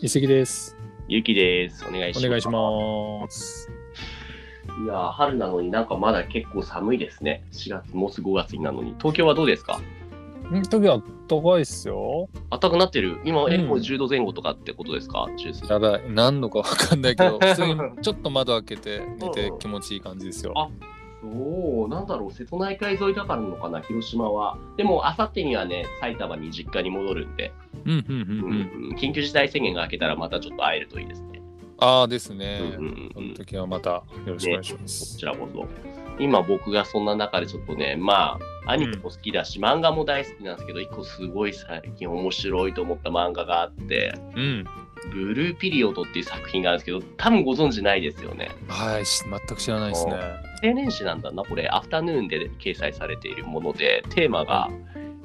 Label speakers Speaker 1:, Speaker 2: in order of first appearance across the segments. Speaker 1: 一石です。
Speaker 2: ゆきです。お願いし
Speaker 1: お
Speaker 2: ます。
Speaker 1: 願いします。
Speaker 2: す。いやー、春なのになんかまだ結構寒いですね。4月、もうすぐ5月になのに。東京はどうですか
Speaker 1: ん時は高いっすよ。
Speaker 2: 暖かくなってる今、え、
Speaker 1: うん
Speaker 2: もう10度前後とかってことですか中枢
Speaker 3: やばい何度か分かんないけど普通にちょっと窓開けて寝て気持ちいい感じですよ
Speaker 2: あそう、なんだろう、瀬戸内海沿いだからなのかな、広島は。でも、あさってにはね、埼玉に実家に戻るんで、
Speaker 3: うんうんうんう
Speaker 2: う
Speaker 3: んん
Speaker 2: うん緊急事態宣言が明けたら、またちょっと会えるといいですね。
Speaker 3: ああです
Speaker 2: う
Speaker 3: ね
Speaker 2: んうん
Speaker 3: そうの
Speaker 2: ん
Speaker 3: 時はまたよろしくお願いします
Speaker 2: こちらこそ。今僕がそんな中でちょっとね、まあ、アニメも好きだし、漫画も大好きなんですけど、一個すごい最近面白いと思った漫画があって、
Speaker 3: うん
Speaker 2: ブルーピリオドっていう作品があるんですけど、多分ご存知ないですよね。
Speaker 3: はいし全く知らないですね
Speaker 2: 青年誌なんだな、これ、アフタヌーンで掲載されているもので、テーマが、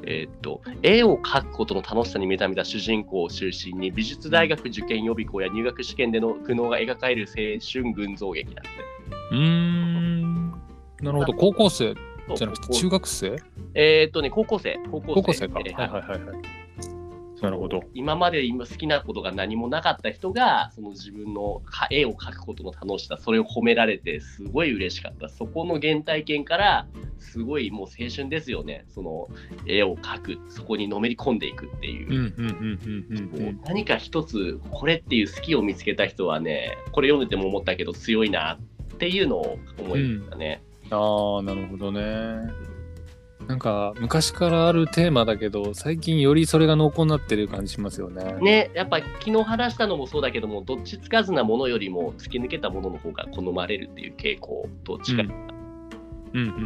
Speaker 2: えーっと絵を描くことの楽しさに目覚めた主人公を中心に美術大学受験予備校や入学試験での苦悩が描かれる青春群像劇だって。
Speaker 3: うーんなるほど高校生
Speaker 2: そう
Speaker 3: じゃなくて中学生
Speaker 2: えーっとね、高校生。高校生
Speaker 3: 高校生かは
Speaker 2: え
Speaker 3: い
Speaker 2: ー
Speaker 3: はいはいはいなるほど
Speaker 2: 今まで今好きなことが何もなかった人がその自分のか絵を描くことの楽しさそれを褒められてすごい嬉しかったそこの原体験からすごいもう青春ですよねその絵を描くそこにのめり込んでいくっていう
Speaker 3: うんう。んうんうんうんう
Speaker 2: もうん何か一つこれっていう好きを見つけた人はねこれ読んでても思ったけど強いなっていうのを思いましたね。
Speaker 3: ああなるほどねなんか昔からあるテーマだけど最近よりそれが濃厚になってる感じしますよね
Speaker 2: ねやっぱ昨日話したのもそうだけどもどっちつかずなものよりも突き抜けたものの方が好まれるっていう傾向どっちか、
Speaker 3: うんうんうんうんう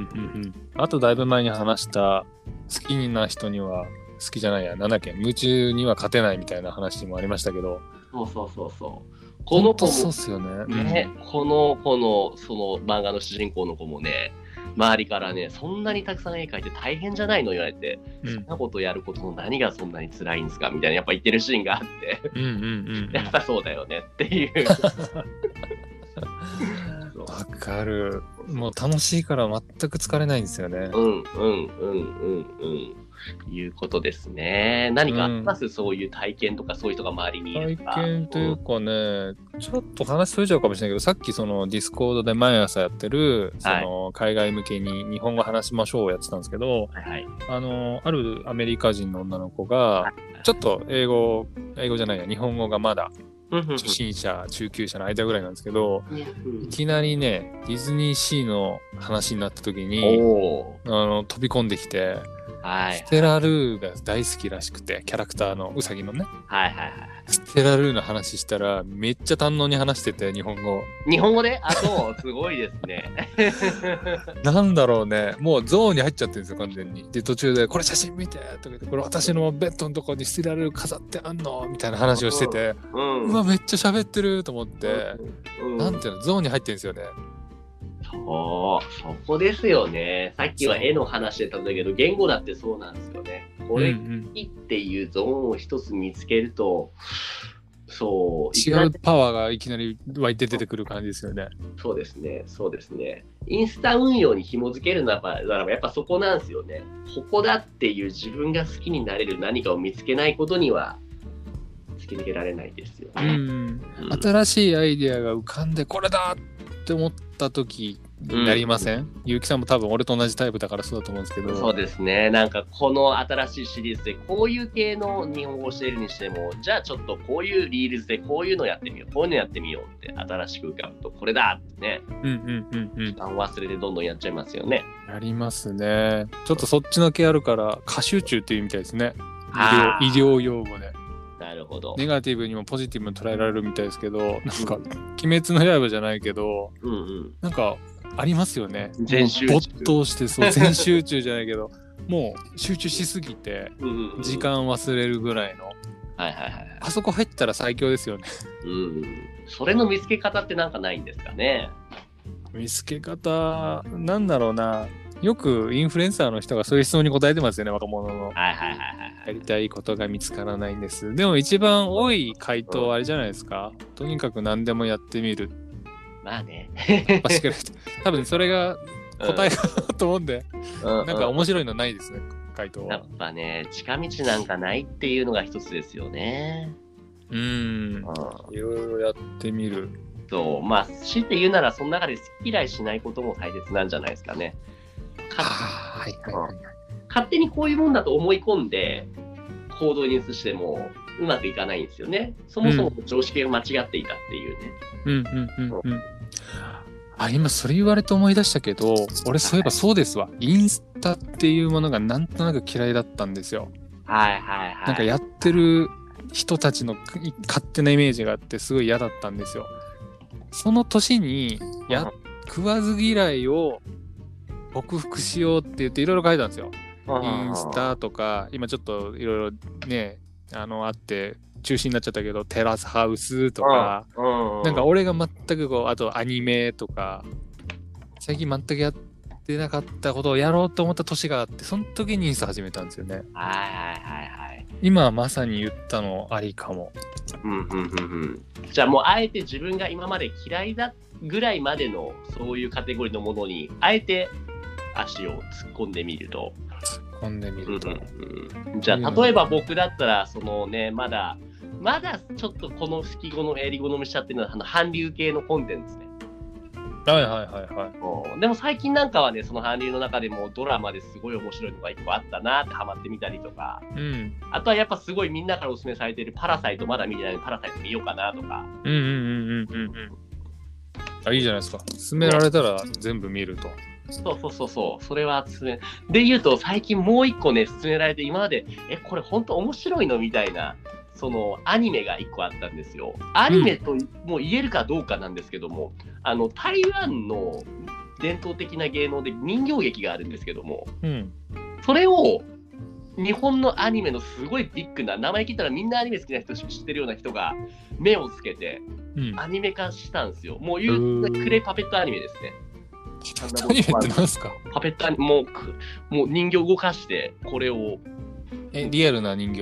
Speaker 3: ん、あとだいぶ前に話した好きな人には好きじゃないやなんだっけ夢中には勝てないみたいな話もありましたけど
Speaker 2: そうそうそうそう。この子
Speaker 3: ほんとそう
Speaker 2: も
Speaker 3: っすよね
Speaker 2: ね、この子のその漫画の主人公の子もね、周りからね、そんなにたくさん絵描いて大変じゃないの言われて、
Speaker 3: うん
Speaker 2: そんなことやることの何がそんなに辛いんですかみたいなやっぱ言ってるシーンがあって、
Speaker 3: うんうんうん
Speaker 2: やっぱそうだよねって いう。
Speaker 3: うんわかるもう楽しいから全く疲れないんですよね
Speaker 2: うんうんうんうんうん。いうことですね。何かあります、そういう体験とか、そういう人が周りにい
Speaker 3: 体
Speaker 2: るとか。
Speaker 3: 験というかねちょっと話それちゃうかもしれないけどさっきそのディスコードで毎朝やってるその海外向けに日本語話しましょうをやってたんですけど、
Speaker 2: うんはいはい。
Speaker 3: あのあるアメリカ人の女の子がちょっと英語英語じゃないや日本語がまだ
Speaker 2: うんうんうん
Speaker 3: 初心者中級者の間ぐらいなんですけど
Speaker 2: うん
Speaker 3: いきなりねディズニーシーの話になった時に
Speaker 2: お
Speaker 3: あの飛び込んできて
Speaker 2: ーはい
Speaker 3: ステラルーが大好きらしくてキャラクターのウサギのね
Speaker 2: はいはいはい。
Speaker 3: ステラルーの話したらめっちゃ堪能に話してて日本語
Speaker 2: 日本語であそうすごいですね。
Speaker 3: なんだろうねもうゾーンに入っちゃってるんですよ完全にで途中で「これ写真見て」とか言って「これ私のベッドのとこにステラルー飾ってあんの?」みたいな話をしてて
Speaker 2: うん。
Speaker 3: うわめっちゃ喋ってると思って、
Speaker 2: うん、
Speaker 3: なんていうのゾーンに入ってるんですよね
Speaker 2: そうそこですよね。さっきは絵の話でたんだけど言語だってそうなんですよね。これ
Speaker 3: うん
Speaker 2: 好
Speaker 3: うん
Speaker 2: きっていうゾーンを一つ見つけるとそう
Speaker 3: 違うパワーがいきなり湧いて出てくる感じですよね
Speaker 2: そうですねそうですね。インスタ運用に紐づけるならならばやっぱそこなんですよね。ここだっていう自分が好きになれる何かを見つけないことには突き抜けられないですよ
Speaker 3: う
Speaker 2: ね。
Speaker 3: ん
Speaker 2: うん
Speaker 3: 新しいアイデアが浮かんでこれだって思った時になりません、ゆうきさんも多分俺と同じタイプだからそうだと思うんですけど
Speaker 2: そうですね、なんかこの新しいシリーズでこういう系の日本語を教えるにしても、じゃあちょっとこういうリールズでこういうのやってみよう、こういうのやってみようって新しく浮かぶと、これだってね、
Speaker 3: うんうんうんうん
Speaker 2: 時間忘れてどんどんやっちゃいますよね。
Speaker 3: ありますねちょっとそっちの系あるから過集中っていうみたいですね
Speaker 2: あー
Speaker 3: 医療医療用語で
Speaker 2: なるほど。
Speaker 3: ネガティブにもポジティブに捉えられるみたいですけどなんか「鬼滅の刃」じゃないけど
Speaker 2: うんうん。
Speaker 3: なんかありますよね。
Speaker 2: 全集中
Speaker 3: 没頭してそう全集中じゃないけどもう集中しすぎて
Speaker 2: うんうんうん
Speaker 3: 時。間忘れるぐらいの
Speaker 2: はいはいはい。
Speaker 3: あそこ入ったら最強ですよね。
Speaker 2: うんうん。それの見つけ方ってなんかないんですかね。
Speaker 3: 見つけ方なんだろうなよくインフルエンサーの人がそういう質問に答えてますよね若者の。
Speaker 2: はいはいはいはい。
Speaker 3: やりたいことが見つからないんです。でも一番多い回答はあれじゃないですか。とにかく何でもやってみる。
Speaker 2: まあね。
Speaker 3: バスケット 多分それが 答えかなと思うんで、
Speaker 2: うんうん
Speaker 3: なんか面白いのないですね、回答は
Speaker 2: やっ。ぱね、近道なんかないっていうのが一つですよね。
Speaker 3: うん。いろいろやってみる。
Speaker 2: そうまあ強いて言うならその中で好き嫌いしないことも大切なんじゃないですかね。か
Speaker 3: ああ、はいはいはいはい。
Speaker 2: 勝手にこういうもんだと思い込んで行動に移してもうまくいかないんですよね。そもそも常識が間違っていたっていうね。
Speaker 3: うんうんうんうん。あ今それ言われて思い出したけど俺そういえばそうですわインスタっていうものがなんとなく嫌いだったんですよ。
Speaker 2: はいはいはい。
Speaker 3: なんかやってる人たちのい勝手なイメージがあってすごい嫌だったんですよ。その年にや食わず嫌いを克服しようって言っていろいろ書いたんですよ。インスタとか今ちょっといろいろねあのあって中止になっちゃったけどテラスハウスとか
Speaker 2: うん、
Speaker 3: なんか俺が全くこうあとアニメとか最近全くやってなかったことをやろうと思った年があってその時にインスタ始めたんですよね。
Speaker 2: はいはいはいはい。
Speaker 3: 今まさに言ったのありかも。
Speaker 2: うんうんうんうん。じゃあもうあえて自分が今まで嫌いだぐらいまでのそういうカテゴリーのものにあえて足を突っ込んでみると。
Speaker 3: 込んでみると。
Speaker 2: うんじゃあ例えば僕だったらそのねまだまだちょっとこの好き好み襟好みしちゃってるのはあの韓流系のコンテンツね。
Speaker 1: はいはいはいはい。
Speaker 2: うんでも最近なんかはねその韓流の中でもドラマですごい面白いのが一個あったなってハマってみたりとか
Speaker 3: うん。
Speaker 2: あとはやっぱすごいみんなからおすすめされてる「パラサイト」まだ見てないのにパラサイト」見ようかなとか
Speaker 3: うんうんうんうんうんうん。あ、いいじゃないですか。勧められたら全部見ると。
Speaker 2: そうそうそうそうそれは勧めで言うと最近もう一個ね勧められて今までえこれ本当面白いのみたいなそのアニメが一個あったんですよアニメともう言えるかどうかなんですけども、あの台湾の伝統的な芸能で人形劇があるんですけども
Speaker 3: うん。
Speaker 2: それを日本のアニメのすごいビッグな名前聞いたらみんなアニメ好きな人知ってるような人が目をつけて
Speaker 3: うん。
Speaker 2: アニメ化したんですよもう言う
Speaker 3: うーん
Speaker 2: クレイパペットアニメですね
Speaker 3: アニメって何ですか
Speaker 2: パペットアニもうくもう人形動かしてこれを
Speaker 3: え、リアルな人形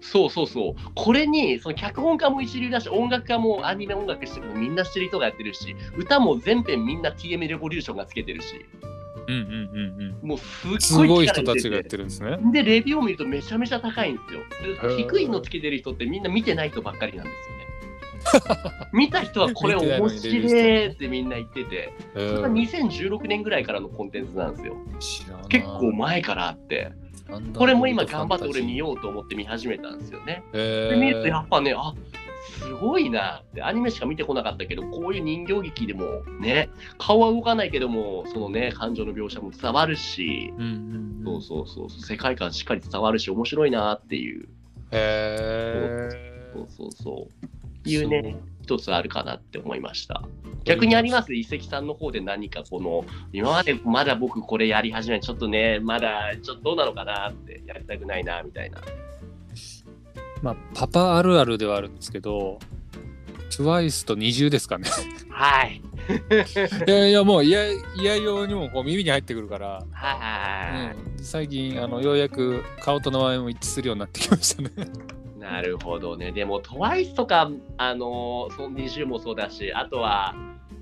Speaker 2: そうそうそうそうこれにその脚本家も一流だし音楽家もアニメ音楽してるのみんな知ってる人がやってるし歌も全編みんな TM レボリューションがつけてるし
Speaker 3: うんうんうんうん。
Speaker 2: もうすっごい
Speaker 3: すごい人
Speaker 2: 力
Speaker 3: た
Speaker 2: 入れ
Speaker 3: ちがやってるんですね。
Speaker 2: でレビューを見るとめちゃめちゃ高いんですよ
Speaker 3: へ
Speaker 2: で
Speaker 3: ー
Speaker 2: 低いのつけてる人ってみんな見てない人ばっかりなん ですよね見た人はこれ
Speaker 3: 見てないの
Speaker 2: 面
Speaker 3: にレビュー
Speaker 2: 白
Speaker 3: して
Speaker 2: いってみんな言ってて
Speaker 3: え
Speaker 2: それが
Speaker 3: ー、
Speaker 2: 2016年ぐらいからのコンテンツなんですよ
Speaker 3: 知らない
Speaker 2: 結構前からあってこれも今頑張って俺見ようと思って見始めたんですよね。
Speaker 3: う。え
Speaker 2: で見ると
Speaker 3: ー、
Speaker 2: やっぱねあすごいなってアニメしか見てこなかったけどこういう人形劇でもね顔は動かないけどもそのね感情の描写も伝わるし
Speaker 3: うんうんうん
Speaker 2: そう。そうそう世界観しっかり伝わるし面白いなっていう
Speaker 3: え
Speaker 2: そうそうそう
Speaker 3: ー、
Speaker 2: いうね一つあるかなって思いました逆にあります一石さんの方で何かこの今までまだ僕これやり始めちょっとねまだちょっとどうなのかなってやりたくないなみたいな
Speaker 3: まあ、パパあるあるではあるんですけど、TWICE と20ですか ね。
Speaker 2: はい
Speaker 3: いやいや、もう、いや、いや用にもこう耳に入ってくるから、
Speaker 2: はいはいはいはい
Speaker 3: うん、最近、あの、ようやく顔と名前も一致するようになってきましたね。
Speaker 2: なるほどね。でも、トワイスとか、あのー、その20もそうだし、あとは、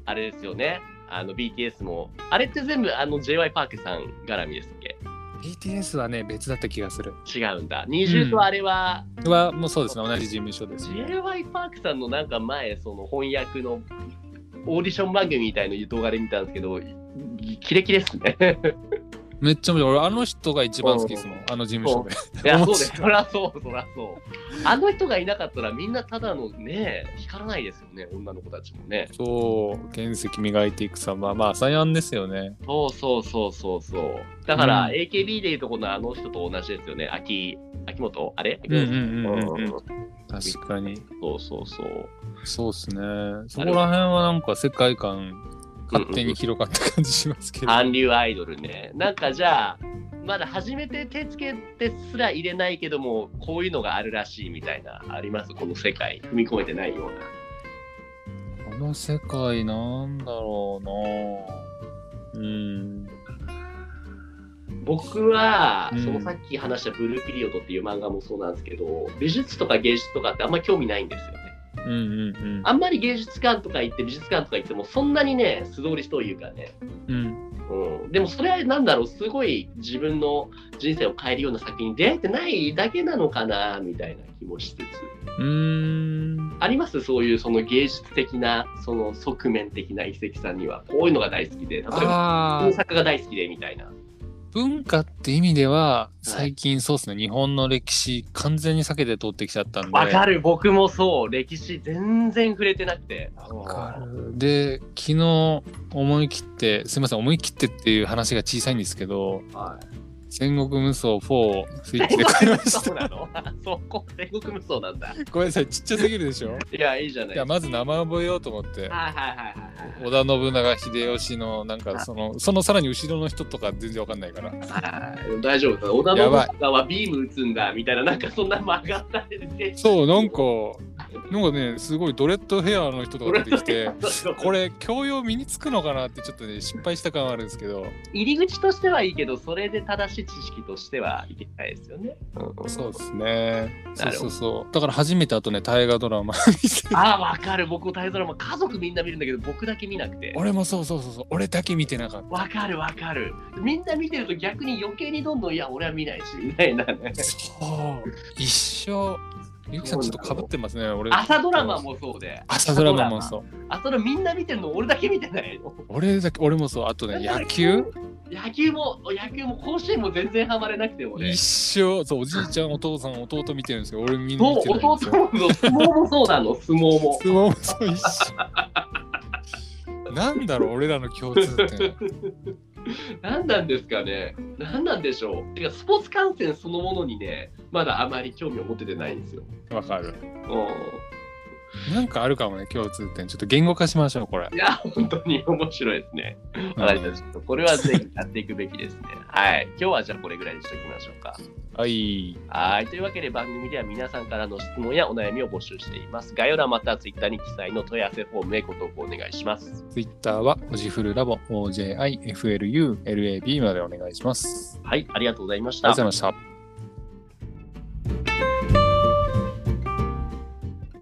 Speaker 2: あれですよね、あの BTS も、あれって全部あの j y パークさん絡みですっけ
Speaker 3: BTS はね、別だった気がする。
Speaker 2: 違うんだ。20
Speaker 3: うん
Speaker 2: とあれは、
Speaker 3: は、もうそうですね、同じ事務所です。
Speaker 2: j y パークさんのなんか前、その翻訳のオーディション番組みたいの動画で見たんですけど、いキレキレっすね。
Speaker 3: めっちゃ面白い。俺、あの人が一番好きですもん、あの事務所で。
Speaker 2: いや、そう
Speaker 3: 面白い
Speaker 2: です。そらそう、そらそう。あの人がいなかったら、みんなただのね、光らないですよね、女の子たちもね。
Speaker 3: そう、原石磨いていく様、まあ、サヤンですよね。
Speaker 2: そうそうそうそうそう。だから、
Speaker 3: うん
Speaker 2: AKB でいうとこのあの人と同じですよね。秋、秋元あれ、
Speaker 3: うんうんうんうん
Speaker 2: そ
Speaker 3: 確かに。
Speaker 2: うそうそう。
Speaker 3: そうですね。そこら辺はなんか世界観、勝手に広がった感じしますけど。
Speaker 2: 韓流アイドルね。なんかじゃあ、まだ初めて手つけてすら入れないけども、こういうのがあるらしいみたいな、ありますこの世界。踏み込めてないような。
Speaker 3: この世界なんだろうなうん。
Speaker 2: 僕は、
Speaker 3: うん
Speaker 2: そのさっき話したブルーピリオドっていう漫画もそうなんですけど、美術とか芸術とかってあんま興味ないんですよね。
Speaker 3: うんうんうん。
Speaker 2: あんまり芸術館とか行って美術館とか行ってもそんなにね素通りしというかね
Speaker 3: うん。
Speaker 2: うん、でもそれはなんだろうすごい自分の人生を変えるような作品に出会えてないだけなのかなみたいな気もしつつ
Speaker 3: うーん
Speaker 2: ありますそういうその芸術的なその側面的な一石さんにはこういうのが大好きで例えばこ
Speaker 3: あ
Speaker 2: の
Speaker 3: ー
Speaker 2: 作家が大好きでみたいな。
Speaker 3: 文化って意味では最近そうですね日本の歴史完全に避けて通ってきちゃったんで
Speaker 2: わかる僕もそう歴史全然触れてなくて。
Speaker 3: わかるで昨日思い切ってすいません思い切ってっていう話が小さいんですけど
Speaker 2: は
Speaker 3: 「戦国無双4」をスイッチ
Speaker 2: い、
Speaker 3: で買いまし
Speaker 2: そう
Speaker 3: た
Speaker 2: なの そこ戦国無双なんだ。
Speaker 3: ごめんなさいちっちゃすぎるでしょ
Speaker 2: いやいいじゃない
Speaker 3: いやまず名前覚えようと思って
Speaker 2: はいはいはいはいはい
Speaker 3: 織田信長秀吉のなんかそのそのさらに後ろの人とか全然わかんないから
Speaker 2: はい大丈夫織田
Speaker 3: やばい
Speaker 2: 信長はビーム打つんだみたいななんかそんな曲がったりで
Speaker 3: そうなんかなんかねすごいドレッドヘアの人とか出てき てこれ教養身につくのかなってちょっとね失敗した感はあるんですけど
Speaker 2: 入り口としてはいいけどそれで正しい知識としてはいけないですよね、
Speaker 3: そうですねそ
Speaker 2: な
Speaker 3: う
Speaker 2: るほ
Speaker 3: そ
Speaker 2: ど
Speaker 3: うそうだから初めてあとね大河ドラマ 見て
Speaker 2: ああわかる僕も大河ドラマ家族みんな見るんだけど僕だけ見なくて
Speaker 3: 俺もそうそうそうそう俺だけ見てなかっ
Speaker 2: わかるわかるみんな見てると逆に余計にどんどんいや俺は見ないしみたいなね
Speaker 3: たそう一生ゆきさんちょっとかぶってますね俺
Speaker 2: 朝ドラマもそうで
Speaker 3: 朝ドラマもそう
Speaker 2: 朝ドラマみんな見てるの俺だけ見てないの
Speaker 3: 俺だけ俺もそうあとね野球
Speaker 2: 野球も野球も甲子園も全然ハマれなくて俺
Speaker 3: 一生そうおじいちゃんお父さん弟見てるんですけど俺みんな
Speaker 2: そう
Speaker 3: 見てないん
Speaker 2: 弟
Speaker 3: ですよ
Speaker 2: の相撲もそうなの相撲も
Speaker 3: 相撲もそう一緒なんだろう俺らの共通点
Speaker 2: 何なんですかね何なんでしょうてかスポーツ観戦そのものにねまだあまり興味を持ててないんですよ
Speaker 3: わかる
Speaker 2: う
Speaker 3: なんかあるかもね共通点ちょっと言語化しましょうこれ
Speaker 2: んいや本当に面白いですねわかりましたこれはぜひやっていくべきですねはい今日はじゃあこれぐらいにしておきましょうか
Speaker 3: はい
Speaker 2: はい。というわけで番組では皆さんからの質問やお悩みを募集しています。概要欄または Twitter に記載の問い合わせフォームへご投稿お願いします。
Speaker 3: Twitter はおじふるラボ OJIFLULAB までお願いします
Speaker 2: はい。ありがとうございまし
Speaker 3: ありがとうご
Speaker 2: た
Speaker 3: ざ。いました